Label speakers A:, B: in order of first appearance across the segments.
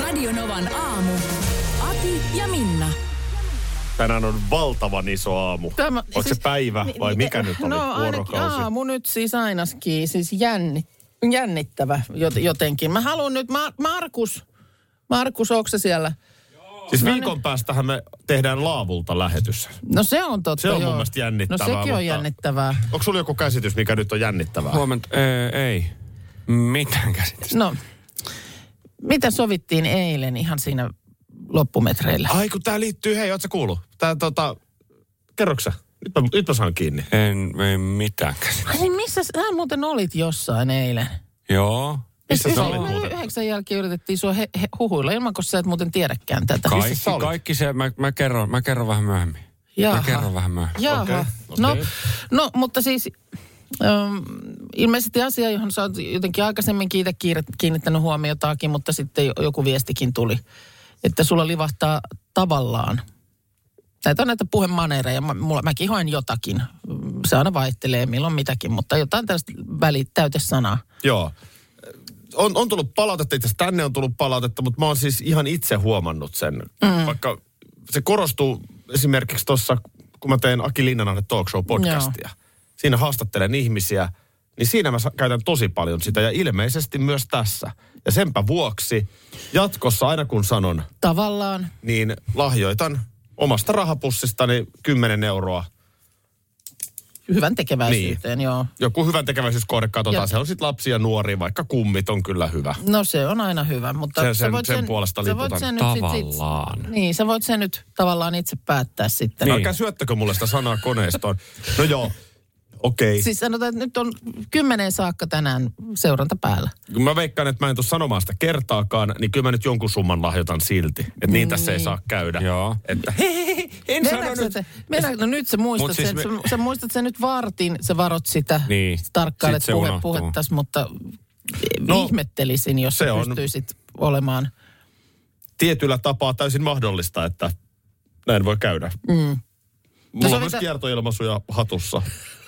A: Radionovan aamu. Ati ja Minna.
B: Tänään on valtavan iso aamu.
C: Tämä-
B: Tämä, Onko siis, se päivä
C: ni-
B: vai
C: ni-
B: mikä nyt oli?
C: No ainakin
B: Vuorokausi.
C: aamu nyt siis ainakin, siis jänni, jännittävä jot- jotenkin. Mä haluan nyt, Mar- Markus, Markus, onko se siellä?
B: Siis viikon
C: niin.
B: päästähän me tehdään laavulta lähetys.
C: No se on totta,
B: Se on mun
C: joo.
B: mielestä jännittävää,
C: No sekin
B: mutta-
C: on jännittävää.
B: Onko sulla joku käsitys, mikä nyt on jännittävää?
D: Huomenta. Öö, ei. Mitään käsitystä.
C: No, mitä sovittiin eilen ihan siinä loppumetreillä?
B: Ai kun tää liittyy, hei, ootko kuullut? Tää tota, kerroksä? Nyt mä, nyt mä saan kiinni.
D: En, ei mitään käsitystä.
C: Ai niin missä sä muuten olit jossain eilen?
D: Joo.
B: Missä
C: Yh-
B: sä olit
C: me
B: muuten?
C: Yhdeksän jälkeen yritettiin sua he, he, huhuilla, ilman kun sä et muuten tiedäkään tätä.
D: Kaikki,
B: sä olit?
D: kaikki se, mä, mä, kerron, mä kerron vähän myöhemmin.
C: Jaha.
D: Mä kerron vähän myöhemmin.
C: Jaha.
B: Okei,
C: Okay,
B: okei.
C: No, no, mutta siis äm, ilmeisesti asia, johon sä oot jotenkin aikaisemminkin itse kiir- kiinnittänyt huomiotakin, mutta sitten jo- joku viestikin tuli, että sulla livahtaa tavallaan. Näitä on näitä puhemanereja. Mä, mulla, mäkin haen jotakin. Mm, Se aina vaihtelee milloin mitäkin, mutta jotain tällaista väli, täytesanaa.
B: Joo. On, on tullut palautetta, itse asiassa tänne on tullut palautetta, mutta mä oon siis ihan itse huomannut sen. Mm. Vaikka se korostuu esimerkiksi tuossa, kun mä teen Aki Linnanahden talk show podcastia. Siinä haastattelen ihmisiä, niin siinä mä sa- käytän tosi paljon sitä ja ilmeisesti myös tässä. Ja senpä vuoksi jatkossa aina kun sanon,
C: Tavallaan.
B: niin lahjoitan omasta rahapussistani 10 euroa.
C: Hyvän tekeväisyyteen, niin. joo.
B: Joku hyvän tekeväisyyskohde katsotaan,
C: Ja-
B: se on sitten lapsia, nuoria, vaikka kummit on kyllä hyvä.
C: No se on aina hyvä, mutta
B: Sen-
C: sä
B: sen-
C: voit
B: sen puolesta
C: sä voit
B: liputan.
C: sen nyt sit- sit-
D: Tavallaan.
C: Niin, sä voit sen nyt tavallaan itse päättää sitten.
B: Niin.
C: Niin.
B: Älkää syöttäkö mulle sitä sanaa koneistoon. No joo, okei. Okay.
C: Siis sanotaan, että nyt on kymmeneen saakka tänään seuranta päällä.
B: Kun mä veikkaan, että mä en tule sanomaan sitä kertaakaan, niin kyllä mä nyt jonkun summan lahjoitan silti. Että niin, niin tässä ei saa käydä.
D: Joo.
B: Että
D: En
C: Mennäänkö se- mennäänkö- no nyt sä muistat
D: Mut siis
C: sen,
D: me-
C: sä, sä muistat sen nyt vartin, sä varot sitä,
D: Niin.
C: sä tarkkailet
D: Sit se
C: puhe,
D: unohtuu.
C: puhettas, mutta no,
B: No,
C: ihmettelisin, jos
B: se
C: sä
B: on-
C: pystyisit olemaan.
B: tietyllä tapaa täysin mahdollista, että näin voi käydä. Mm. Mulla on
C: sovitaan-
B: myös kiertoilmaisuja hatussa.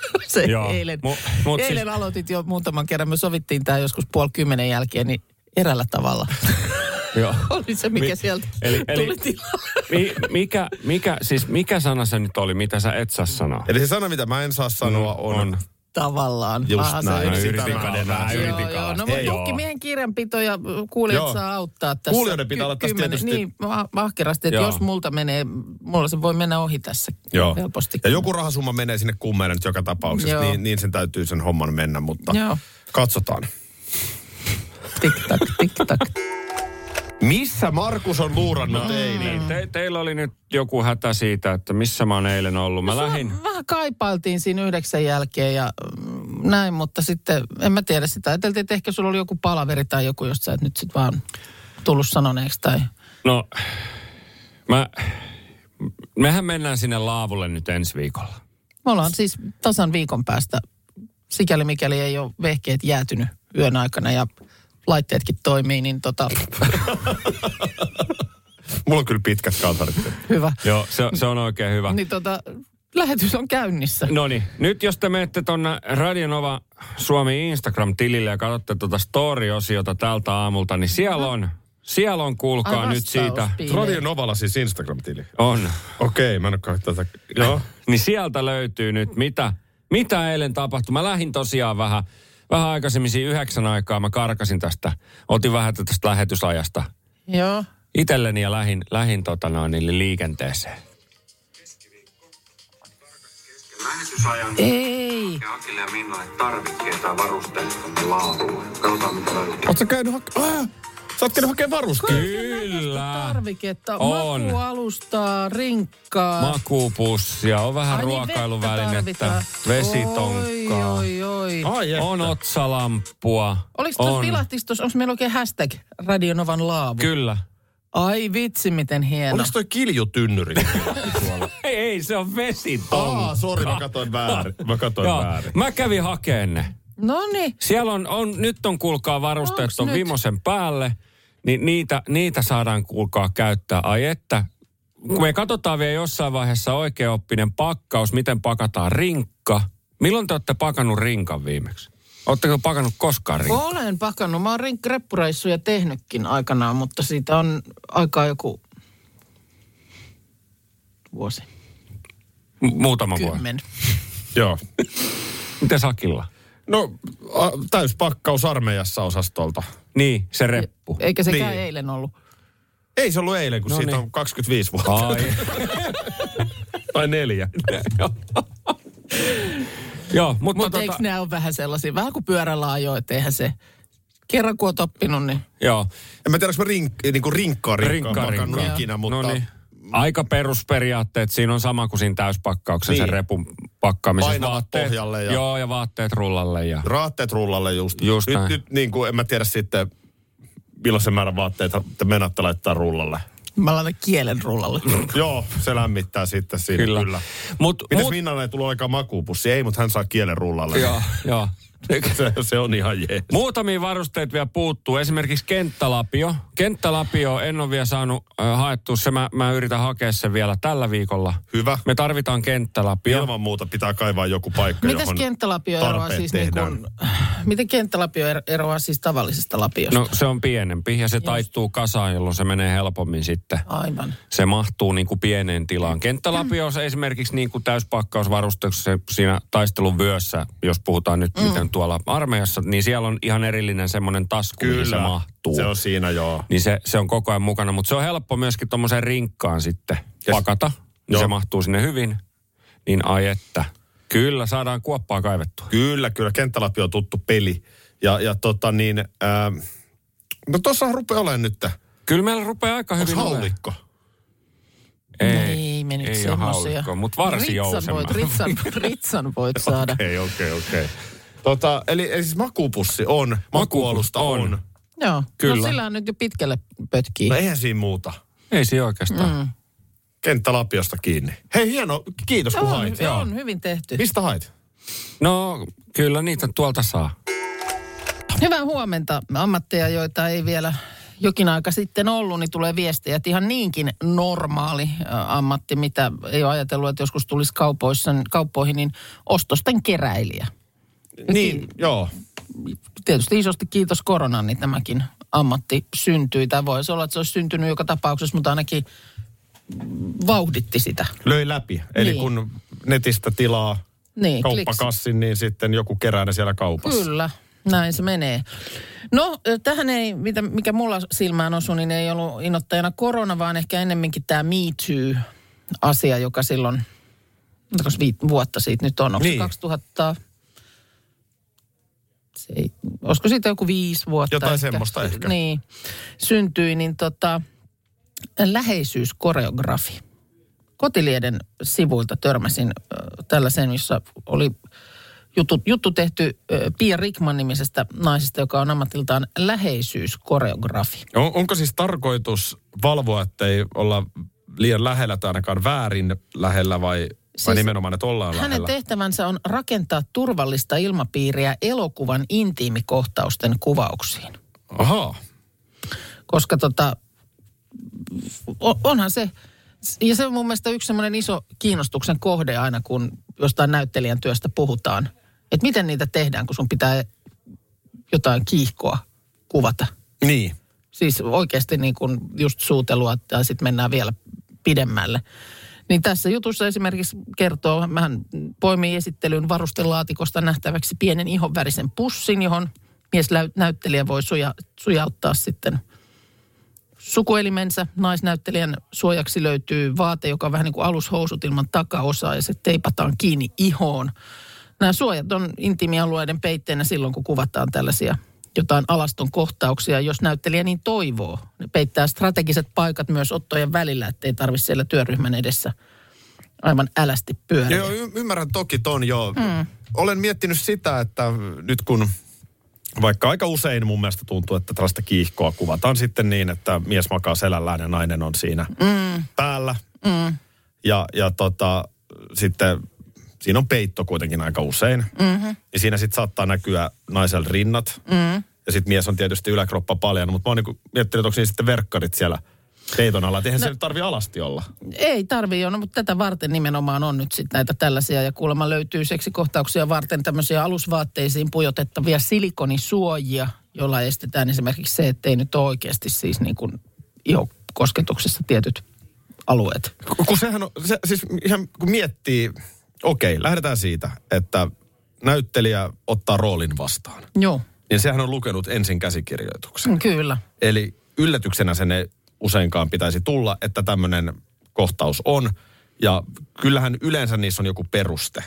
C: Se
D: Joo.
C: eilen,
D: Mu-
C: mut
D: mut
C: eilen siis...
D: siis-
C: aloitit jo muutaman kerran, me sovittiin tämä joskus puoli kymmenen jälkeen, niin erällä tavalla.
D: Joo.
C: Oli se, mikä
D: Mi-
C: sieltä
D: eli- eli-
C: tuli tilalle.
D: Mi, mikä, mikä, siis mikä sana se nyt oli, mitä sä et saa sanoa?
B: Eli se sana, mitä mä en saa sanoa, on... Mm, on.
C: Tavallaan.
B: Just
C: Aha, se
B: näin.
C: yksi
B: Sitä
D: yritin
B: mä en
D: kahdella,
B: enää
D: mä
B: saa.
D: yritin
C: Joo, joo. No,
D: kahdella.
C: mutta
D: Ei
B: joo.
C: tukkimiehen kirjanpito ja kuulijat
B: Joo.
C: saa auttaa tässä.
B: Kuulijoiden pitää olla tässä tietysti-
C: Niin, va- vahkerasti, että
D: Joo.
C: jos multa menee, mulla se voi mennä ohi tässä
B: Joo.
C: helposti.
B: Ja joku rahasumma menee sinne kummeille nyt joka tapauksessa,
C: Joo.
B: niin, niin sen täytyy sen homman mennä, mutta
C: Joo.
B: katsotaan.
C: Tik-tak, tik-tak.
B: Missä Markus on luurannut Einiin?
D: Te, teillä oli nyt joku hätä siitä, että missä mä oon eilen ollut.
C: No
D: Mä lähin.
C: Vähän kaipailtiin siinä yhdeksän jälkeen ja mm, näin, mutta sitten en mä tiedä sitä. Ajateltiin, että ehkä sulla oli joku palaveri tai joku, josta sä et nyt sit vaan tullut sanoneeksi tai...
D: No, mä, mehän mennään sinne laavulle nyt ensi viikolla.
C: Me ollaan siis tasan viikon päästä, sikäli mikäli ei ole vehkeet jäätynyt yön aikana ja laitteetkin toimii, niin tota,
B: Mulla on kyllä pitkät kalsarit.
C: hyvä.
D: Joo, se, se on oikein hyvä.
C: Niin tota, lähetys on käynnissä.
D: No niin, nyt jos te menette tuonne Radionova Suomi Instagram-tilille ja katsotte tuota story-osiota tältä aamulta, niin siellä on, siellä on kuulkaa
C: No. Ai
D: nyt siitä.
C: vastauspiileet.
B: Radio Novalla siis Instagram-tili.
D: On.
B: Okei, mä en oo tätä.
D: Joo. niin sieltä löytyy nyt, mitä, mitä eilen tapahtui. Mä lähdin tosiaan vähän, vähän aikaisemmin siinä yhdeksän aikaa, mä karkasin tästä, otin vähän tästä lähetysajasta
C: Joo.
D: itelleni ja lähin, lähin tota noin, niin liikenteeseen.
E: Lähetysajan
C: Ei.
E: ja Akille ja Minnalle tarvikkeita ja varusteita tonne laavulle. Katsotaan mitä löytyy.
B: Oot sä käynyt hake... Ah! Sä oot käynyt hakemaan varusteita.
D: Kyllä.
C: Tarviketta,
D: On.
C: makualustaa, rinkkaa.
D: Makuupussia, on vähän
C: Äh. Ai niin, vettä
D: ruokailuvälinettä,
C: tarvitaan.
D: vesitonkkaa.
C: Oi, oi, oi.
B: Ai että.
D: On otsalamppua.
C: Oliko tuossa
D: on.
C: vilahtis tuossa, onko meillä oikein hashtag Radionovan laavu?
D: Kyllä.
C: Ai vitsi, miten hieno.
B: Oliks toi kiljutynnyri?
D: Ei, ei, se on vesitonkka.
B: Aa, sori, mä katoin väärin. Mä katoin
D: Joo,
B: väärin.
D: mä kävin hakeen ne.
C: Noniin.
D: Siellä on, on, nyt on kuulkaa varusteet
C: Onks
D: on
C: nyt?
D: vimosen päälle, niin niitä, niitä saadaan kuulkaa käyttää. Ai että, kun me katsotaan vielä jossain vaiheessa oikeaoppinen pakkaus, miten pakataan rinkka. Milloin te olette pakannut rinkan viimeksi? Oletteko pakannut koskaan rinkkaa?
C: Olen pakannut. Mä oon rink- reppureissuja tehnytkin aikanaan, mutta siitä on aikaa joku vuosi.
D: M- Muutama vuosi.
C: Kymmen.
B: Joo.
D: Miten Sakilla?
B: No, a, täyspakkaus armeijassa osastolta.
D: Niin, se reppu.
C: Eikä sekään
B: Niin.
C: niin. eilen ollut.
B: Ei se ollut eilen, kun
D: No
B: siitä
D: niin.
B: on 25 vuotta.
D: Ai.
B: Tai neljä.
D: Joo, mutta
C: Mutta eikö
D: tota,
C: nämä ole vähän sellaisia? Vähän kuin pyörällä ajo, että eihän se... Kerran kun oot oppinut, niin
D: joo.
B: En mä tiedä, onko mä rink, niin kuin rinkkaa rinkkaa pakannut
D: Rinkka.
B: ikinä, mutta...
D: No niin. Aika perusperiaatteet. Siinä on sama kuin siinä täyspakkauksessa
B: Niin.
D: niin. sen repun pakkaamisessa.
B: Painavat pohjalle ja-
D: ja... Joo, ja vaatteet rullalle. Ja...
B: Raatteet rullalle just.
D: Just
B: nyt,
D: näin.
B: nyt niin kuin, en mä tiedä sitten, millaisen määrän vaatteita te menette laittaa rullalle.
C: mä laitan kielen rullalle.
B: Joo, se lämmittää sitten siinä. Kyllä.
D: Kyllä.
B: kyllä.
D: Mut,
B: Mites
D: mut,
B: Minnalle ei tullut aikaa makuupussi? Ei, mutta hän saa kielen rullalle.
D: joo, joo.
B: Se, se on ihan jees.
D: Muutamia varusteet vielä puuttuu. Esimerkiksi kenttälapio. Kenttälapio en ole vielä saanut äh, haettua. Se mä, mä yritän hakea sen vielä tällä viikolla.
B: Hyvä.
D: Me tarvitaan kenttälapio.
B: Ilman muuta pitää kaivaa joku paikka,
C: Mitäs
B: johon
C: kenttälapio eroaa
B: tarpeet
C: siis niin
B: tehdään.
C: kuin, miten kenttälapio er- eroaa siis tavallisesta lapiosta?
D: No se on pienempi ja se Just. taittuu kasaan, jolloin se menee helpommin sitten.
C: Aivan.
D: Se mahtuu niin kuin pieneen tilaan. Kenttälapio on se esimerkiksi niin kuin täyspakkausvarustuksessa siinä taistelun vyössä, jos puhutaan nyt mm. miten tuolla armeijassa, niin siellä on ihan erillinen semmoinen tasku, Kyllä. mihin se
B: Kyllä,
D: mahtuu.
B: se on siinä joo.
D: Niin se, se on koko ajan mukana, mutta se on helppo myöskin tuommoiseen rinkkaan sitten
B: Yes.
D: yes. pakata. Niin
B: Joo.
D: se mahtuu sinne hyvin. Niin ai että. Kyllä, saadaan kuoppaa kaivettua.
B: Kyllä, kyllä. Kenttälapio on tuttu peli. Ja, ja tota niin, ää, no tossahan rupeaa olemaan nyt.
D: Kyllä meillä rupeaa aika
B: Onko
D: hyvin olemaan.
B: haulikko?
C: Ei me nyt
D: ei ole
C: Niin, semmosia.
D: haulikkoa, mutta varsin
C: ritsan voit,
D: jousemaa.
C: ritsan, ritsan voit saada. Okay.
B: Okei, okei, okei. Tota, eli, eli siis makuupussi on, makuualusta on. on.
D: on.
C: Joo. Kyllä. No
D: Kyllä.
C: sillä on nyt jo pitkälle pötkii.
B: No eihän siinä muuta.
D: Ei siinä oikeastaan. Mm.
B: Kenttälapiosta kiinni. Hei, hieno. Kiitos kun
C: on,
B: hait.
C: on, hyvin tehty.
B: Mistä hait?
D: No, kyllä niitä tuolta saa.
C: Hyvää huomenta. Ammatteja, joita ei vielä jokin aika sitten ollut, niin tulee viestejä, että ihan niinkin normaali ö, ammatti, mitä ei ole ajatellut, että joskus tulisi kaupoissa, kauppoihin, niin ostosten keräilijä.
B: Niin, joo.
C: Tietysti isosti kiitos koronan, niin tämäkin ammatti syntyi. Tai voisi olla, että se olisi syntynyt joka tapauksessa, mutta ainakin vauhditti sitä.
B: Löi läpi. Eli niin.
C: Niin.
B: kun netistä tilaa
C: Niin, kliksi.
B: kauppakassin, niin sitten joku kerää ne siellä kaupassa.
C: Kyllä, näin se menee. No ö, tähän ei, mitä, mikä mulla silmään osui, niin ei ollut innoittajana korona, vaan ehkä ennemminkin tämä Me Too-asia, joka silloin, onko se viit, vuotta siitä nyt on, onko
B: Niin.
C: niin. 2000, se ei, olisiko siitä joku viisi vuotta
B: Jotain semmoista ehkä.
C: Niin, syntyi, niin tota, läheisyyskoreografi. Kotilieden sivuilta törmäsin äh, tällaisen, jossa oli juttu, juttu tehty äh, Pia Rickman nimisestä naisesta, joka on ammatiltaan läheisyyskoreografi.
B: On, onko siis tarkoitus valvoa, että ei olla liian lähellä tai ainakaan väärin lähellä vai, siis vai
C: Siis
B: nimenomaan, että ollaan
C: Hänen
B: lähellä?
C: tehtävänsä on rakentaa turvallista ilmapiiriä elokuvan intiimikohtausten kuvauksiin.
B: Ahaa.
C: koska tota, o- onhan se, ja se on mun mielestä yksi semmoinen iso kiinnostuksen kohde aina, kun jostain näyttelijän työstä puhutaan. Että miten niitä tehdään, kun sun pitää jotain kiihkoa kuvata.
B: Niin.
C: Siis oikeasti niin kuin just suutelua ja sitten mennään vielä pidemmälle. Niin tässä jutussa esimerkiksi kertoo, mähän poimii esittelyn varustelaatikosta nähtäväksi pienen ihonvärisen pussin, johon mies läy- näyttelijä voi suja, sujauttaa sitten sukuelimensä. Naisnäyttelijän suojaksi löytyy vaate, joka on vähän niin kuin alushousut ilman takaosaa ja se teipataan kiinni ihoon. Nämä suojat on intiimialueiden peitteenä silloin, kun kuvataan tällaisia jotain alaston kohtauksia, jos näyttelijä niin toivoo. Ne peittää strategiset paikat myös ottojen välillä, ettei tarvitse siellä työryhmän edessä aivan älästi pyöriä.
B: Joo, y- ymmärrän toki ton, joo. Mm. Olen miettinyt sitä, että nyt kun vaikka aika usein mun mielestä tuntuu, että tällaista kiihkoa kuvataan sitten niin, että mies makaa selällään ja nainen on siinä mm. päällä. Mm. Ja, ja tota, sitten siinä on peitto kuitenkin aika usein. Mm-hmm. Ja siinä sitten saattaa näkyä naisella rinnat. Mm. Ja sitten mies on tietysti yläkroppa paljon, mutta mä oon niinku miettinyt, että onko siinä sitten verkkarit siellä Peiton alla. Eihän no. se nyt tarvi alasti olla.
C: Ei tarvii olla, mutta tätä varten nimenomaan on nyt sit näitä tällaisia. Ja kuulemma löytyy seksikohtauksia varten tämmöisiä alusvaatteisiin pujotettavia silikonisuojia, joilla estetään esimerkiksi se, että ei nyt ole oikeasti siis niin kuin ihokosketuksessa tietyt alueet.
B: Kun sehän on, se, siis ihan kun miettii, okei, lähdetään siitä, että näyttelijä ottaa roolin vastaan.
C: Joo,
B: Niin sehän on lukenut ensin käsikirjoituksen. Mm.
C: kyllä.
B: Eli yllätyksenä sen ei useinkaan pitäisi tulla, että tämmöinen kohtaus on. Ja kyllähän yleensä niissä on joku peruste.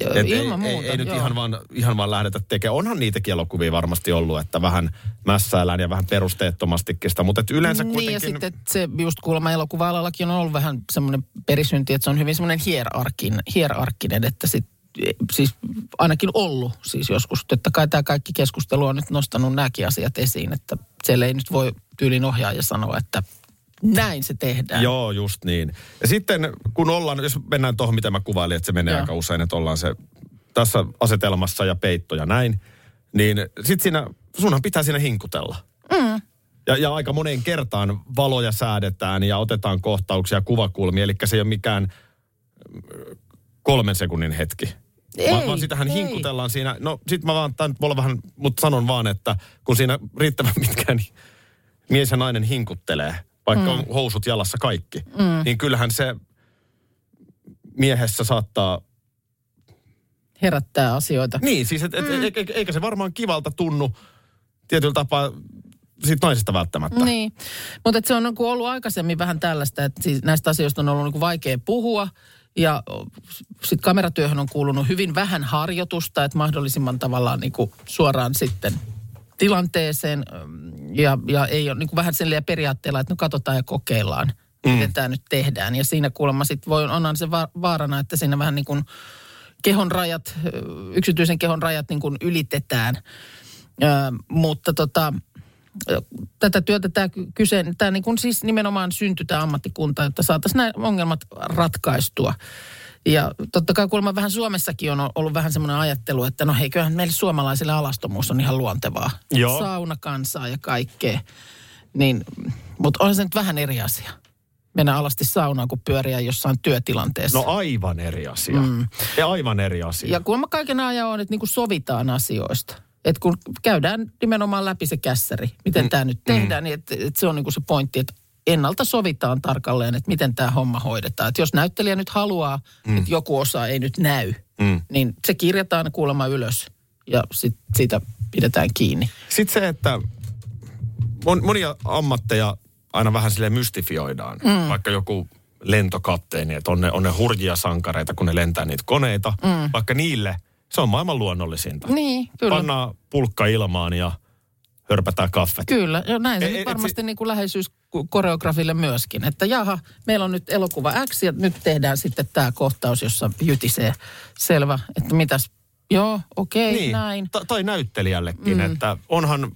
C: Joo,
B: Et
C: Ilman
B: ei,
C: muuta,
B: ei, ei nyt
C: joo.
B: ihan vaan, ihan vaan lähdetä tekemään. Onhan niitäkin elokuvia varmasti ollut, että vähän mässäillään ja vähän perusteettomastikin sitä, mutta et yleensä
C: Niin ja
B: kuitenkin...
C: sitten että se just kuulemma elokuva-alallakin on ollut vähän semmoinen perisynti, että se on hyvin semmoinen hierarkin, hierarkkinen, että sit, e, siis ainakin ollut siis joskus. Totta kai tämä kaikki keskustelu on nyt nostanut nämäkin asiat esiin, että siellä ei nyt voi tyylin ohjaaja sanoa, että näin se tehdään.
B: Joo, just niin. Ja sitten kun ollaan, jos mennään tuohon, mitä mä kuvailin, että se menee
C: Joo.
B: aika usein, että ollaan se tässä asetelmassa ja peitto ja näin, niin sit siinä, sunhan pitää siinä hinkutella. Mm. Ja, ja aika moneen kertaan valoja säädetään ja otetaan kohtauksia, kuvakulmia, eli se ei ole mikään ö, kolmen sekunnin hetki. vaan,
C: Ei,
B: vaan sitähän
C: ei.
B: hinkutellaan siinä. No sit mä vaan, tää nyt voi olla vähän, mutta sanon vaan, että kun siinä riittävän pitkään niin mies ja nainen hinkuttelee, vaikka mm. on housut jalassa kaikki, mm. niin kyllähän se miehessä saattaa...
C: Herättää asioita.
B: Niin, siis et, et, mm. e, e, eikä se varmaan kivalta tunnu tietyllä tapaa siitä naisesta välttämättä.
C: Niin, mutta se on niinku ollut aikaisemmin vähän tällaista, että siis näistä asioista on ollut niinku vaikea puhua. Ja sitten kameratyöhön on kuulunut hyvin vähän harjoitusta, että mahdollisimman tavallaan niinku suoraan sitten tilanteeseen. Öm, Ja, ja ei ole niinku vähän sillä periaatteella, että no katsotaan ja kokeillaan, mm. miten tämä nyt tehdään. Ja siinä kuulemma sitten voi, onhan se va- vaarana, että siinä vähän niin kuin kehon rajat, ö, yksityisen kehon rajat niin kuin ylitetään. Ö, mutta tota, ö, tätä työtä tämä kyseen, tämä niin kuin siis nimenomaan syntyi tämä ammattikunta, jotta saataisiin nämä ongelmat ratkaistua. Ja totta kai kuulemma vähän Suomessakin on ollut vähän semmoinen ajattelu, että no heiköhän meille suomalaisille alastomuus on ihan luontevaa.
B: Joo.
C: Saunakansaa ja kaikkea. Niin, mutta onhan se nyt vähän eri asia. Mennä alasti saunaan kuin pyöriä jossain työtilanteessa.
B: No aivan eri asia. Mm. Ja aivan eri asia.
C: Ja kuulemma kaiken ajan on, että niin kuin sovitaan asioista. Että kun käydään nimenomaan läpi se kässäri, miten mm. tämä nyt tehdään, niin että et se on niin kuin se pointti, että ennalta sovitaan tarkalleen, että miten tämä homma hoidetaan. Että jos näyttelijä nyt haluaa, mm. että joku osa ei nyt näy, mm. niin se kirjataan kuulemma ylös ja sit siitä pidetään kiinni.
B: Sitten se, että mon, monia ammatteja aina vähän sille mystifioidaan. Mm. Vaikka joku lentokapteeni, että on ne, on ne hurjia sankareita, kun ne lentää niitä koneita. Mm. Vaikka niille se on maailman luonnollisinta.
C: Niin, kyllä.
B: Pannaan pulkka ilmaan ja hörpätään kaffet.
C: Kyllä, jo näin se
B: Ei,
C: nyt
B: ei,
C: varmasti niin kuin läheisyys ku- koreografille myöskin. Että jaha, meillä on nyt elokuva X ja nyt tehdään sitten tämä kohtaus, jossa jytisee. Selvä, että mitäs, joo, okei, okay, niin. näin.
B: Ta- tai näyttelijällekin, mm. että onhan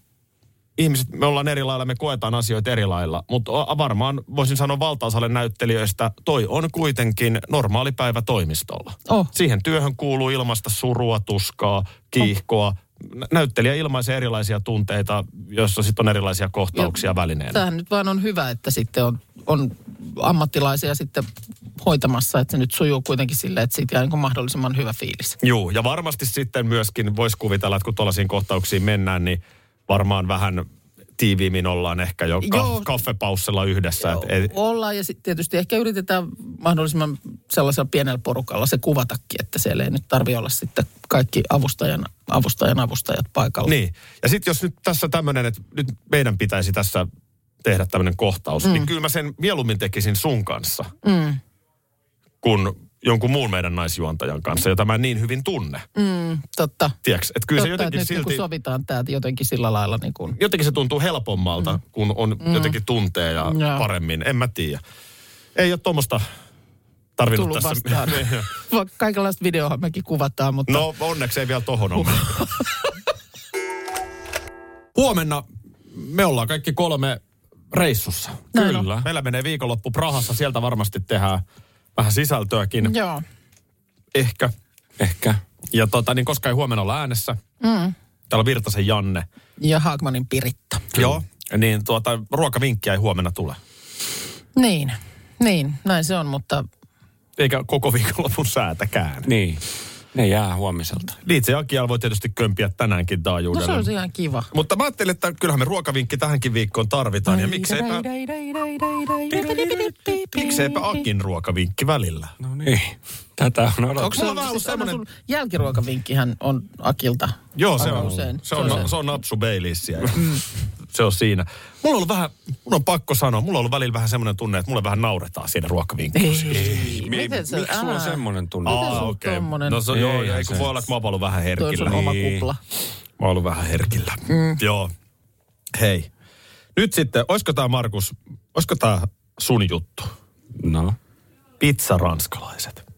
B: ihmiset, me ollaan eri lailla, me koetaan asioita eri lailla, mutta o- varmaan voisin sanoa valtaosalle näyttelijöistä, toi on kuitenkin normaali päivä toimistolla.
C: Oh.
B: Siihen työhön kuuluu ilmasta surua, tuskaa, kiihkoa. Nä- Näyttelijä ilmaisee erilaisia tunteita, joissa sitten on erilaisia kohtauksia ja. välineenä.
C: Tämähän nyt vaan on hyvä, että sitten on, on ammattilaisia sitten hoitamassa, että se nyt sujuu kuitenkin silleen, että siitä jää niin kuin mahdollisimman hyvä fiilis.
B: Joo, ja varmasti sitten myöskin voisi kuvitella, että kun tuollaisiin kohtauksiin mennään, niin varmaan vähän tiiviimmin ollaan ehkä jo
C: Joo.
B: ka- kaffepaussella yhdessä. Et, et,
C: Ollaan ja sit tietysti ehkä yritetään mahdollisimman sellaisella pienellä porukalla se kuvatakin, että siellä ei nyt tarvi olla sitten kaikki avustajan, avustajan avustajat paikalla.
B: Niin. Ja sitten jos nyt tässä tämmöinen, että nyt meidän pitäisi tässä tehdä tämmöinen kohtaus, mm. niin kyllä mä sen mieluummin tekisin sun kanssa, mm. kun jonkun muun meidän naisjuontajan kanssa, jota mä en niin hyvin tunne. Mm.
C: Totta.
B: Tiedätkö? Että kyllä
C: Kyllä
B: se
C: Totta, että
B: jotenkin
C: nyt silti...
B: silti...
C: niin sovitaan tämä jotenkin sillä lailla niin kuin...
B: Jotenkin se tuntuu helpommalta, mm. kun on mm. jotenkin tuntee ja
C: Joo.
B: paremmin. En mä tiedä. Ei ole tuommoista tarvinnut
C: Tullut
B: tässä.
C: vastaan. Vaikka kaikenlaista videohan mekin kuvataan, mutta...
B: No onneksi ei vielä tohon ole. Huomenna me ollaan kaikki kolme reissussa.
C: Näin on.
D: Kyllä.
B: Meillä menee viikonloppu Prahassa, sieltä varmasti tehdään vähän sisältöäkin. Ja.
C: Joo.
B: Ehkä.
D: Ehkä.
B: Ja tota, niin koska ei huomenna olla äänessä. Mm. Täällä on Virtasen Janne.
C: Ja Haagmanin Piritta.
B: Joo. Niin tuota, ruokavinkkiä ei huomenna tule.
C: Niin, niin, näin se on, mutta
B: Eikä koko viikonlopun säätäkään. Niin.
D: Niin, ne jää huomiselta.
B: Liitse Akial voi tietysti kömpiä tänäänkin
C: no se
B: taajuudella.
C: olisi ihan kiva.
B: Mutta mä ajattelin, että kyllähän me ruokavinkki tähänkin viikkoon tarvitaan. Ja mikseipä, mikseipä Akin ruokavinkki välillä. No,
D: No niin, tätä on
B: Onko
D: odotettu.
B: sulla vähän ollut
C: Siis aina
B: semmoinen...
C: sun jälkiruokavinkkihän on Akilta.
B: Joo, se
C: aika
B: on,
C: usein.
B: se on, se on, se on napsu Baileysia. se on siinä. Mulla on ollut vähän, mun on pakko sanoa, mulla on ollut välillä vähän semmoinen tunne, että mulle vähän nauretaan siinä ruokavinkkelissa.
C: Ei, miten se,
D: Miksi sulla on
C: älä.
D: semmoinen tunne?
C: Aa. sulla on
B: okei.
C: tommonen?
B: No se, joo,
D: Ei,
B: ei,
D: ei
B: kun
D: se.
B: voi olla, että mä oon ollut vähän
C: Toi on
B: herkillä.
C: sun oma
D: Niin.
C: kupla.
B: Mä oon ollut vähän herkillä. Joo. Hei. Nyt sitten, oisko tää Markus, oisko tää sun juttu?
D: No,
B: Pizza ranskalaiset.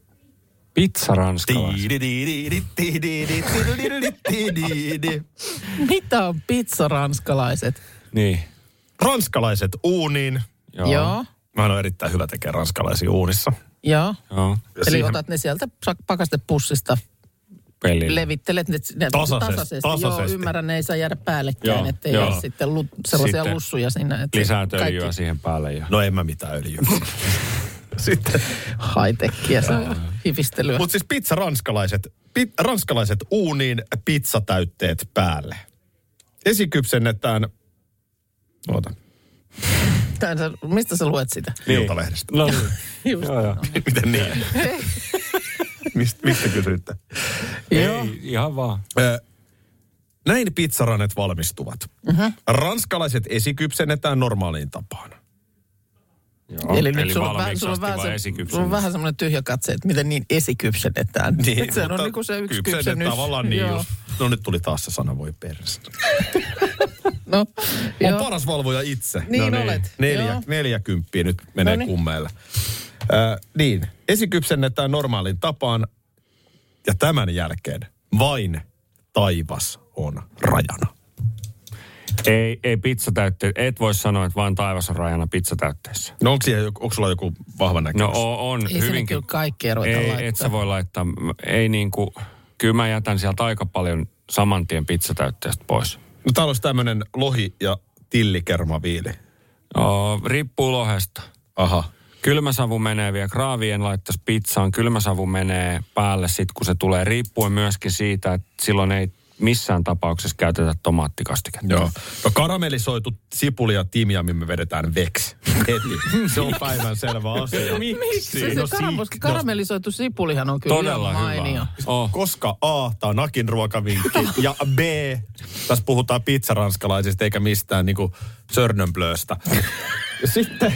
D: pizza ranskalaiset.
C: Mitä on pizza ranskalaiset?
D: Niin,
B: Ranskalaiset uuniin.
D: joo.
C: Joo,
B: Mä oon erittäin hyvä tekee ranskalaisia uunissa.
C: joo.
D: Joo,
C: Eli otat ne sieltä sak- pakastepussista,
D: pelillä.
C: levittelet ne, ne
B: Tasaisesti,
C: Joo,
B: tasaisesti.
C: ymmärrän, ne ei saa jäädä päällekkäin,
D: Joo,
C: ettei
D: joo.
C: ole sitten lu- sellaisia
D: Sitten
C: lussuja siinä. Että
D: Lisää
C: kaikki
D: öljyä siihen päälle jo.
B: No en mä mitään öljyä. Sitten.
C: High-techia, se on hivistelyä.
B: Mutta siis pizza ranskalaiset. Pi- ranskalaiset uuniin pizzatäytteet päälle. Esikypsennetään... Oota.
C: Tän sä- Mistä sä luet sitä?
B: Niin. Iltalehdestä.
D: No niin.
C: Just.
D: joo, joo.
B: Miten niin? Mist, mistä kysytte?
C: Joo.
D: Ei, ihan vaan.
B: Ö, Näin pizzaranet valmistuvat. Uh-huh. Ranskalaiset esikypsennetään normaaliin tapaan.
D: Joo.
C: Eli, nyt sulla on, vähän,
D: valmiiksi
C: sulla on,
D: asti
C: vähän,
D: vaan
C: se,
D: esikypsennys.
C: sulla on vähän semmoinen tyhjä katse, että miten niin esikypsennetään.
D: Niin,
C: Et se on
B: mutta
C: niinku se yksi
B: kypsennetään
C: kypsennys.
B: Tavallaan niin
C: Joo.
B: just. No nyt tuli taas se sana, voi perstä.
C: No,
B: Mä
C: joo.
B: oon paras valvoja itse.
C: Niin
D: No
C: olet.
B: Neljä,
C: Joo.
B: neljäkymppiä nyt menee
C: Noniin.
B: kummeilla. Ö, niin, esikypsennetään normaalin tapaan ja tämän jälkeen vain taivas on rajana.
D: Ei, ei pizzatäytteet. Et voi sanoa, että vaan taivas on rajana pizzatäytteissä.
B: No onko, siellä, joku- onko sulla joku vahva näkemys?
D: No o- on,
C: Ei sinne
D: hyvinkin.
C: kyllä kaikkea ruveta
D: Ei,
C: laittaa.
D: et sä voi laittaa. Ei niinku, kyllä mä jätän sieltä aika paljon saman tien pizzatäytteestä pois.
B: No, täällä olisi tämmöinen lohi- ja tillikermaviili.
D: Oo, riippuu lohesta.
B: Aha.
D: Kylmä savu menee vielä kraavien laittaisi pizzaan. Kylmä savu menee päälle sit, kun se tulee. Riippuen myöskin siitä, että silloin ei missään tapauksessa käytetä tomaattikastiketta.
B: Joo. No karamellisoitu sipuli ja timjami me vedetään veksi. Heti. Se on päivän selvä asia.
C: Miksi? Se,
B: No
C: se karamels,
B: siik-
C: karamellisoitu sipulihan on kyllä
D: Todella
C: ihan mainio.
D: hyvä. Oh.
B: Koska A, tämä on Akin ruokavinkki, ja B, tässä puhutaan pizzaranskalaisista eikä mistään niinku sörnönblööstä. Sitten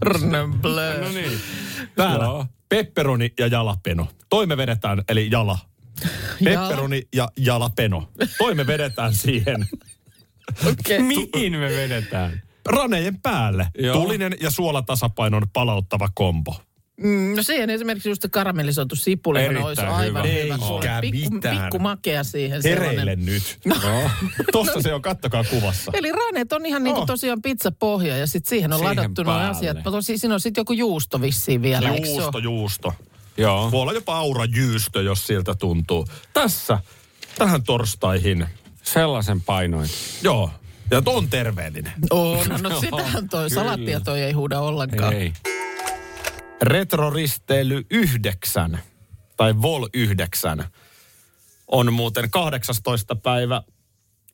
C: Törnönblöö.
D: No niin.
B: täällä
D: Joo.
B: pepperoni ja jalapeno. Toi me vedetään, eli jala. Pepperoni ja jalapeno. Toi me vedetään siihen
C: Okei.
D: Mihin me vedetään?
B: ranejen päälle.
D: Joo.
B: Tulinen ja suolatasapainon palauttava kombo.
C: Mm, No siihen esimerkiksi just se karamellisoitu sipulihan
D: Erittäin
C: olisi aivan
D: hyvä.
C: hyvä. sulle.
B: Eikä
C: pikku,
B: mitään.
C: pikku makea siihen.
B: Hereille
C: sellainen.
B: nyt. No. Tossa se on, kattokaa kuvassa.
C: Eli raneet on ihan niinku
B: Oh.
C: tosiaan pizzapohja ja sitten siihen on
D: Siihen
C: ladattu nuo
D: päälle.
C: asiat. Mutta tosi, siinä on sitten joku juusto vissiin vielä, eikö se
B: Juusto,
C: ole?
B: juusto.
D: Joo.
B: Voi olla jopa aurajyystö, jos siltä tuntuu. Tässä, tähän torstaihin.
D: Sellaisen painoin.
B: Joo, ja on terveellinen.
C: Oh, no, no sitähän toi
D: Kyllä.
C: salattia toi ei huuda ollenkaan.
D: Ei.
B: Retroristeily 9, tai Vol 9, on muuten 18. päivä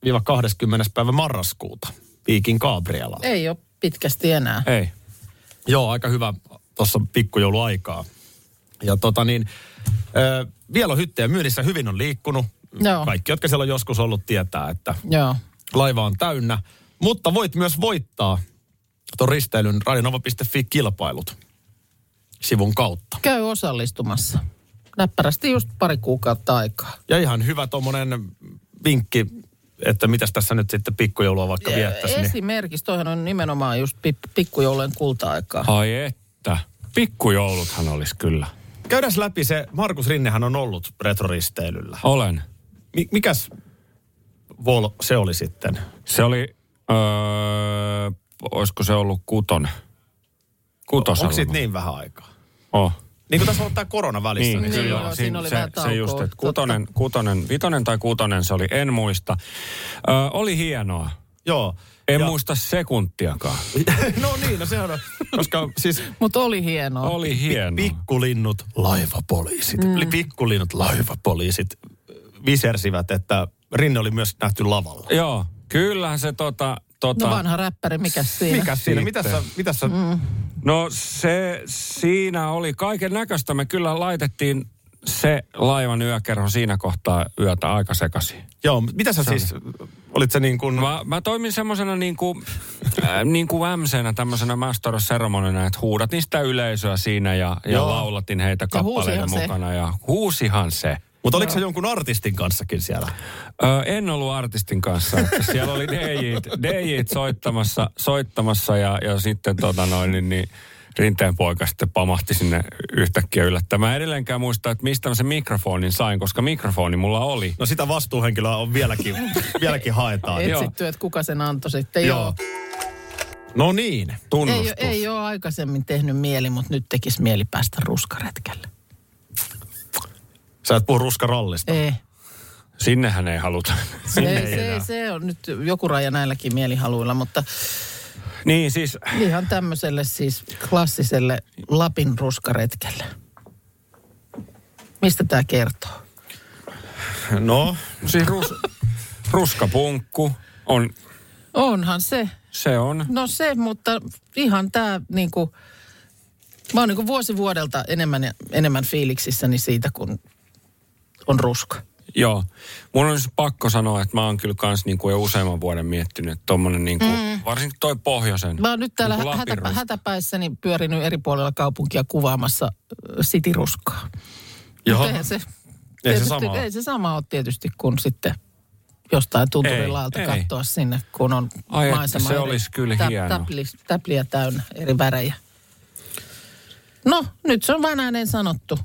B: viiva 20. päivä marraskuuta Viikin Gabrielalla.
C: Ei ole pitkästi enää.
D: Ei.
B: Joo, aika hyvä tuossa pikkujouluaikaa. Ja tota niin, ö, vielä on hyttejä myynnissä, hyvin on liikkunut.
C: Joo.
B: Kaikki, jotka siellä on joskus ollut, tietää, että
C: Joo.
B: laiva on täynnä. Mutta voit myös voittaa tuon risteilyn radionova.fi-kilpailut sivun kautta.
C: Käy osallistumassa. Näppärästi just pari kuukautta aikaa.
B: Ja ihan hyvä tuommoinen vinkki, että mitäs tässä nyt sitten pikkujoulua vaikka viettäisi. Niin.
C: Esimerkiksi, toihan on nimenomaan just pi- pikkujoulujen kulta-aikaa.
D: Ai että. Pikkujouluthan olisi kyllä.
B: Käydään läpi se, Markus Rinnehän on ollut retroristeilyllä.
D: Olen.
B: Mi- mikäs vol se oli sitten?
D: Se oli, öö, olisiko se ollut kuton? Kutosella.
B: Onko siitä niin vähän aikaa?
D: Oh.
B: Niin kuin tässä on tämä korona välissä.
D: Niin,
B: Niin.
C: Niin,
D: kyllä.
C: joo,
D: Siin-
C: siinä oli
D: se,
C: vähän taukoa.
D: se just, että
C: Totta.
D: kutonen, kutonen, vitonen tai kutonen se oli, en muista. Ö, oli hienoa.
B: Joo.
D: En
B: Ja-
D: muista sekuntiakaan.
B: no niin, no sehän on, No. koska siis
C: Mutta oli hienoa.
D: Oli hienoa.
B: pikkulinnut laivapoliisit, mm. pikkulinnut laivapoliisit äh, visersivät, että Rinne oli myös nähty lavalla.
D: Joo, kyllähän se tota... tota
C: No vanha räppäri, mikä siinä?
B: Mikä siinä? Mitä sä, mitä sä Niin. mm.
D: No se siinä oli kaiken näköistä. Me kyllä laitettiin se laivan yökerho siinä kohtaa yötä aika sekaisin.
B: Joo, mitä sä siis, olit sä niin kuin,
D: Mä, mä toimin semmoisena niin kuin, äh, niin kuin MC-nä, tämmöisenä master ceremonyna, että huudatin sitä yleisöä siinä ja, ja
B: Joo.
D: laulatin heitä
C: Ja huusihan
D: kappaleiden
C: se.
D: mukana. Ja huusihan se.
B: mutta oliko sä jonkun artistin kanssakin siellä?
D: Ö, en ollut artistin kanssa. että Siellä oli DJit, DJit soittamassa, soittamassa ja, ja sitten tota noin, niin, niin Rinteen poika sitten pamahti sinne yhtäkkiä yllättäen. Mä en edelleenkään muista, että mistä mä sen mikrofonin sain, koska mikrofoni mulla oli.
B: No sitä vastuuhenkilöä on vieläkin, vieläkin haetaan.
D: Joo.
C: Etsitty, että kuka sen antoi sitten. Joo.
B: No niin.
D: Tunnustus.
C: Ei, ei ole aikaisemmin tehnyt mieli, mutta nyt tekisi mieli päästä ruskaretkelle.
B: Sä et puhu ruskarallista.
C: Ei.
D: Sinnehän ei haluta.
B: Sinne
C: ei,
B: ei
C: se,
B: enää.
C: se on nyt joku raja näilläkin mielihaluilla, mutta
D: niin siis,
C: ihan tämmöiselle siis klassiselle Lapin ruskaretkelle. Mistä tämä kertoo?
B: No,
D: siis rus, ruskapunkku on,
C: Onhan se.
D: se on.
C: No se, mutta ihan tämä niinku, mä oon niinku vuosi vuodelta enemmän, ja- enemmän fiiliksissäni siitä, kun on ruska.
D: Joo. Mun on siis pakko sanoa, että mä oon kyllä kans niin kuin jo useamman vuoden miettinyt, että tommonen niin kuin, mm. varsinkin toi pohjoisen.
C: Mä oon nyt täällä
D: niinku
C: niin hätäpä,
D: Lapin
C: hätäpäissäni pyörinyt eri puolilla kaupunkia kuvaamassa äh, sitiruskaa.
B: Jaha.
C: Mutta Eihän se,
B: Ei se
C: tietysti,
B: sama oo.
C: ei se sama ole tietysti, kun sitten jostain tunturilaalta
D: ei.
C: katsoa sinne, kun on
D: Ai että,
C: maisema.
D: se
C: eri-
D: olisi kyllä hieno.
C: Täpli, täpliä täynnä eri värejä. No, nyt se on vain ääneen sanottu.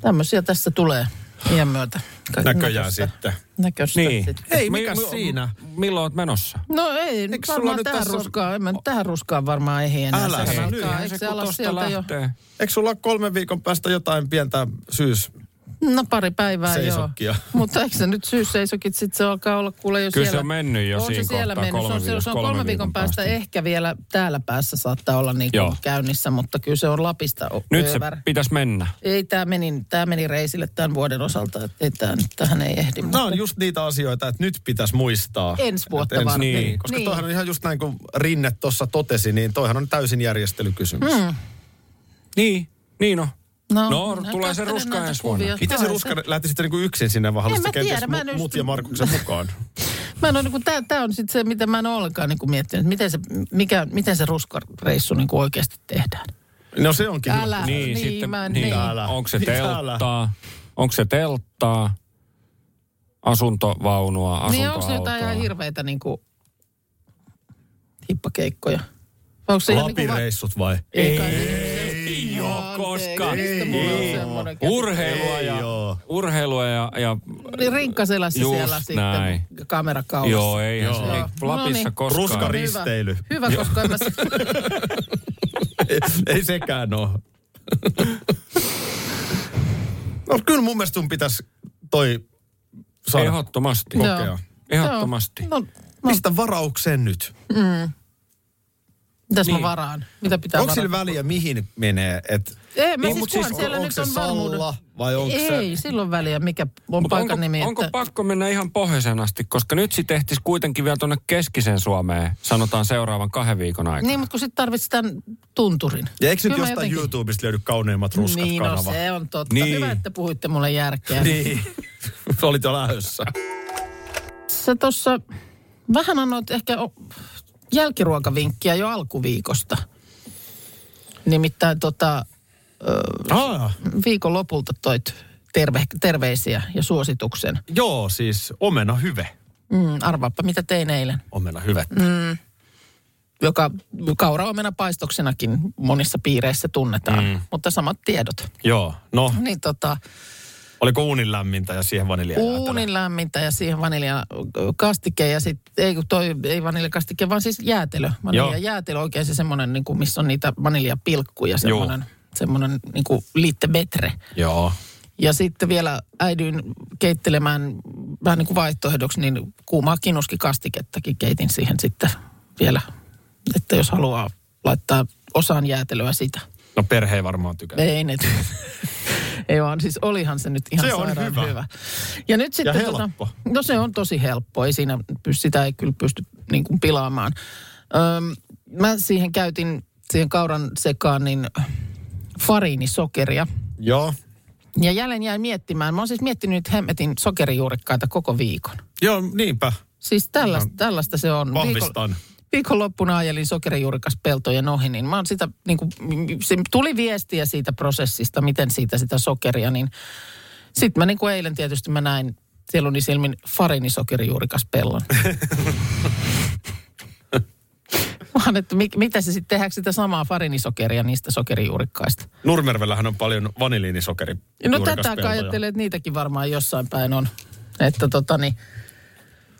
C: Tämmöisiä tässä tulee iän myötä.
B: näköjään sitten.
C: Näköistä
D: Niin.
C: sitten.
B: Ei, mikä siinä?
D: Milloin oot menossa?
C: No ei, nyt
B: Eikö sulla
C: varmaan
B: nyt
C: tähän
B: tässä ole-
C: ruskaan, en mä nyt tähän ruskaan varmaan ehdi enää.
B: Älä
C: Sehän
B: sano,
C: alkaa,
B: nythän
C: Eikö se ala
D: tosta
C: sieltä lähtee.
D: lähtee.
B: Eikö sulla ole kolmen viikon päästä jotain pientä syys?
C: jo? No pari päivää
B: Seisokkia.
C: joo. Mutta eikö se nyt syysseisokit, sit se alkaa olla kuule jo
D: Kyllä se
C: siellä.
D: on mennyt jo
C: on se
D: siinä
C: siellä
D: kohtaa,
C: mennyt. Se on,
D: kolme
C: se,
D: viikon-
C: on
D: kolme
C: kolme viikon
D: viikon
C: päästä.
D: päästä.
C: ehkä vielä täällä päässä saattaa olla niin
D: Joo.
C: käynnissä, mutta kyllä se on Lapista o-
D: Nyt se
C: över.
D: pitäisi mennä.
C: Ei, tämä meni, tää meni reisille tämän vuoden osalta, että ei tää nyt tähän ei ehdi.
B: Nämä on just niitä asioita, että nyt pitäisi muistaa.
C: Ensi vuotta
B: Että
C: varten.
D: Niin.
B: Koska
C: Niin.
B: toihan on ihan just näin, kun Rinne tuossa totesi, niin toihan on täysin järjestelykysymys. Mm.
D: Niin, niin on. No,
C: mä
D: no tulee se
C: katselen
D: ruska
C: näitä
D: ensi vuonna.
C: kuvia.
B: Miten se
C: Ai,
B: ruska lähti sitten niinku yksin sinne, vai halusit
C: mä
B: kenties
C: tiedä, mä en
B: mu-
C: just-
B: mut ja Markuksen mukaan?
C: Mä en ole, niin tää, tää on sit se, mitä mä en ole ollenkaan niin miettinyt, että miten se, mikä, miten se ruskareissu niin oikeasti tehdään.
B: No se onkin hyvä.
C: Älä,
D: Niin,
C: niin,
D: sitten,
C: mä en-
D: niin.
C: niin.
B: Älä.
D: onko se
B: Mitä
D: telttaa, onko se telttaa, asuntovaunua,
C: Niin onko se jotain ihan
D: asuntoautoa.
C: hirveitä niin kuin, hippakeikkoja? Onko se ihan niin
B: Lapin
C: kuin,
B: reissut vai?
C: ei, kai- niin.
D: Ei oo
C: Anteeksi,
D: koskaan.
C: mistä mulla on
D: Ei
C: semmoinen käsitys?
D: oo. Urheilua ja,
B: Ei oo.
D: urheilua ja, ja
C: Niin rinkkaselässä
D: Just
C: siellä
D: näin.
C: sitten kamerakaulassa.
D: joo, ei,
B: Joo.
D: ei
C: Joo. No
D: Lapissa
C: niin.
D: koskaan.
B: Ruskari-
C: Hyvä.
B: Risteily.
C: Hyvä, koska en mä...
B: ei, ei sekään ole. no kyllä mun mielestä sun pitäisi toi saada.
D: Ehdottomasti.
B: Kokea.
C: Joo.
D: Ehdottomasti.
C: Joo. No, no,
B: Mistä varaukseen nyt?
C: mitäs mä
D: Niin.
C: varaan? Mitä pitää
B: Onko
C: varata?
B: sillä väliä, mihin menee? Et,
C: Ei, mä
D: Niin,
C: niin,
D: mut
C: siis, kunhan
D: siis on-
C: siellä
B: onko
C: nyt
B: se
C: on valmuudet.
B: Salla vai onko se...
C: Ei, silloin väliä, mikä on
D: Mut
C: paikan
D: onko,
C: nimi.
D: onko
C: että...
D: pakko mennä ihan pohjoiseen asti, koska nyt sit ehtis kuitenkin vielä tuonne keskiseen Suomeen, sanotaan seuraavan kahden viikon aikana.
C: Niin, mutta kun sitten tarvitset tämän tunturin.
B: Ja eikö nyt
C: Kyllä mä
B: jostain
C: jotenkin-
B: YouTubesta löydy kauneimmat ruskat
C: niin,
B: kanava?
C: No, se on totta.
D: Niin.
C: Niin. Hyvä, että puhuitte mulle järkeä. Niin.
B: Niin. Olit jo lähdössä.
C: Sä tuossa vähän annoit ehkä o- jälkiruokavinkkiä jo alkuviikosta. Nimittäin tota,
B: Ah,
C: viikon lopulta toit terve, terveisiä ja suosituksen.
B: joo, siis omena hyve.
C: Mm, arvaappa, mitä tein eilen.
B: Omena hyvettä. Mm.
C: Joka kauraomena paistoksenakin monissa piireissä tunnetaan, mm. mutta samat tiedot.
B: Joo, no,
C: Niin tota,
B: oliko uunin lämmintä ja siihen vaniljaa?
C: Uunin lämmintä ja siihen vaniljakastike ja sitten, ei kun toi, ei vaniljakastike, vaan siis jäätelö. Vaniljajäätelö oikein se semmoinen, niin kuin, missä on niitä vaniljapilkkuja, semmoinen, semmoinen niin kuin liittebetre.
B: Joo.
C: niinku Ja sitten vielä äidyin keittelemään vähän niin kuin vaihtoehdoksi, niin kuumaa kinuskikastekettakin keitin siihen sitten vielä, että jos haluaa laittaa osaan jäätelöä sitä.
B: No perhe ei varmaan tykää.
C: Ei ne Ei vaan, siis olihan se nyt ihan
B: Se on
C: sairaan
B: hyvä.
C: Ja nyt sitten,
B: helppo.
C: no se on tosi helppo, ei siinä, py- sitä ei kyllä pysty niin kuin pilaamaan. Öm, mä siihen käytin, siihen kauran sekaan, niin fariinisokeria.
B: Joo.
C: Ja jälleen jäin miettimään, mä oon siis miettinyt nyt hemmetin sokerijuurikkaita koko viikon.
B: Joo, niinpä.
C: Siis tällaista, tällaista se on.
B: Vahvistan.
C: No, Viikon, viikonloppuna ajelin sokerijuurikas peltojen ohi, niin mä oon sitä, niin kuin, se tuli viestiä siitä prosessista, miten siitä sitä sokeria, niin sitten mä niin kuin eilen tietysti mä näin sieluni silmin fariinisokerijuurikas pellon. Vaan, että mi, mitä se sitten tehdäänkö sitä samaa fariinisokeria niistä sokerijuurikkaista?
B: Nurmervellähän on paljon vaniliinisokeri.
C: No
B: juurikas
C: tätä kai
B: peltoja.
C: ajattelee, että niitäkin varmaan jossain päin on. Että tota niin,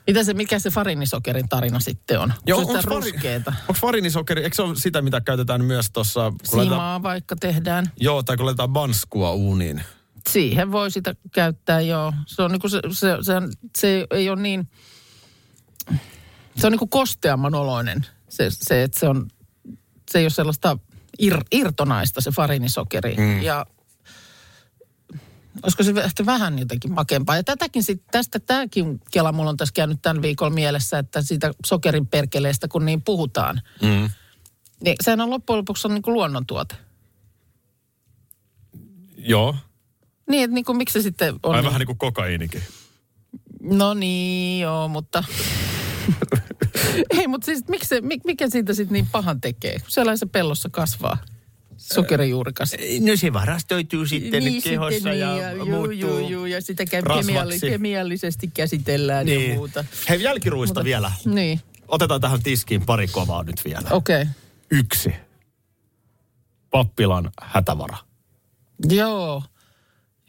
C: mitä se, mikä se farinisokerin tarina sitten on? Joo, se sitä ruskeeta?
B: Onko farinisokeri, eikö se ole sitä, mitä käytetään myös tuossa, kun laitetaan,
C: Simaa vaikka tehdään.
B: joo, tai kun laitetaan banskua uuniin.
C: Siihen voi sitä käyttää, joo. Se, on niinku se, se, se, se ei ole niin, se on niinku kosteamman oloinen. Se, se, että se, on, se ei ole sellaista ir, irtonaista se farinisokeri. Mm. Ja olisiko se ehkä vähän jotenkin makempaa. Ja tätäkin sit, tästä tämäkin Kela mulla on tässä käynyt tämän viikolla mielessä, että siitä sokerin perkeleestä kun niin puhutaan.
B: Mm.
C: Niin sehän on loppujen lopuksi on niinku luonnontuote.
B: Joo.
C: Niin, että niinku, miksi se sitten on...
B: Ai
C: niin-
B: vähän niin kuin kokaiinikin.
C: No niin, joo, mutta... Ei, mutta siis miksi, se- mi- mikä siitä sitten niin pahan tekee? kun Sellaisessa pellossa kasvaa sokerijuurikas.
B: No se varastoituu
C: Niin juu, juu, juu, ja sitä käy
B: rasvaksi.
C: kemialli- kemiallisesti käsitellään niin. ja
B: Niin.
C: muuta.
B: Hei, jälkiruista
C: Mutta-
B: vielä.
C: Niin,
B: Otetaan tähän tiskiin pari kovaa nyt vielä.
C: okei. Okay.
B: Yksi. Pappilan hätävara.
C: Joo.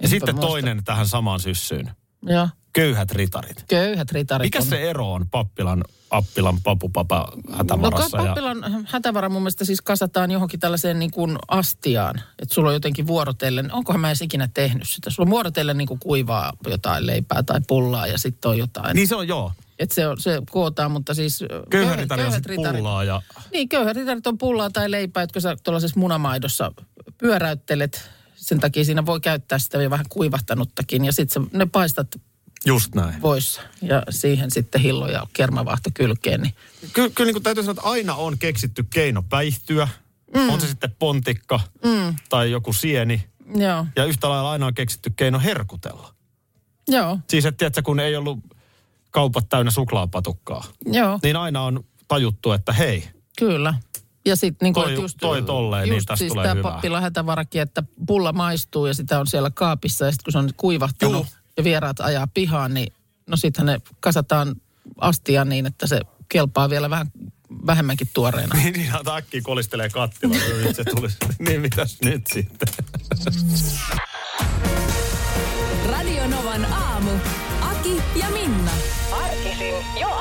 B: Ja sitten
C: muista.
B: toinen tähän samaan syssyyn.
C: Joo,
B: Köyhät ritarit.
C: köyhät ritarit.
B: Mikä
C: on-
B: se ero on pappilan, appilan, papupapa hätävarassa?
C: No
B: ja-
C: pappilan hätävara mun mielestä siis kasataan johonkin tällaiseen niin kuin astiaan. Että sulla on jotenkin vuorotellen, onkohan mä edes ikinä tehnyt sitä. Sulla on vuorotellen niin kuin kuivaa jotain leipää tai pullaa ja sitten on jotain. Niin.
B: Niin se on joo.
C: Että se, on- se kootaan, mutta siis... ö,
B: Köyhät
C: köyhät-
B: ritarit on
C: köyhät
B: sit
C: ritarit-
B: pullaa ja
C: Niin, köyhät ritarit on pullaa tai leipää, jotka sä tuollaisessa munamaidossa pyöräyttelet. Sen takia siinä voi käyttää sitä jo vähän kuivahtanuttakin. Ja sitten ne paistat
B: just näin.
C: pois ja siihen sitten hillo ja kermavahto kylkeen. Niin
B: Ky- kyllä niin täytyy sanoa, että aina on keksitty keino päihtyä. Mm. On se sitten pontikka mm. tai joku sieni.
C: joo,
B: Ja yhtä lailla aina on keksitty keino herkutella.
C: joo,
B: Siis että tiedätkö, kun ei ollut kaupat täynnä suklaapatukkaa,
C: joo.
B: niin aina on tajuttu, että hei,
C: Kyllä. Ja sitten niin
B: Toi- toi tolleen, niin tästä
C: siis
B: tulee
C: tämä
B: hyvää.
C: pappila hätävaraki, että pulla maistuu ja sitä on siellä kaapissa ja sitten kun se on kuivahtanut
B: Juu.
C: ja vieraat ajaa pihaan, niin no sittenhän ne kasataan astia niin, että se kelpaa vielä vähän vähemmänkin tuoreena.
B: niin niin äkkiä kolistelee kattila, nyt se tulisi. niin mitäs nyt sitten?
A: Radio Novan aamu. Aki ja Minna.
F: Arkisin jo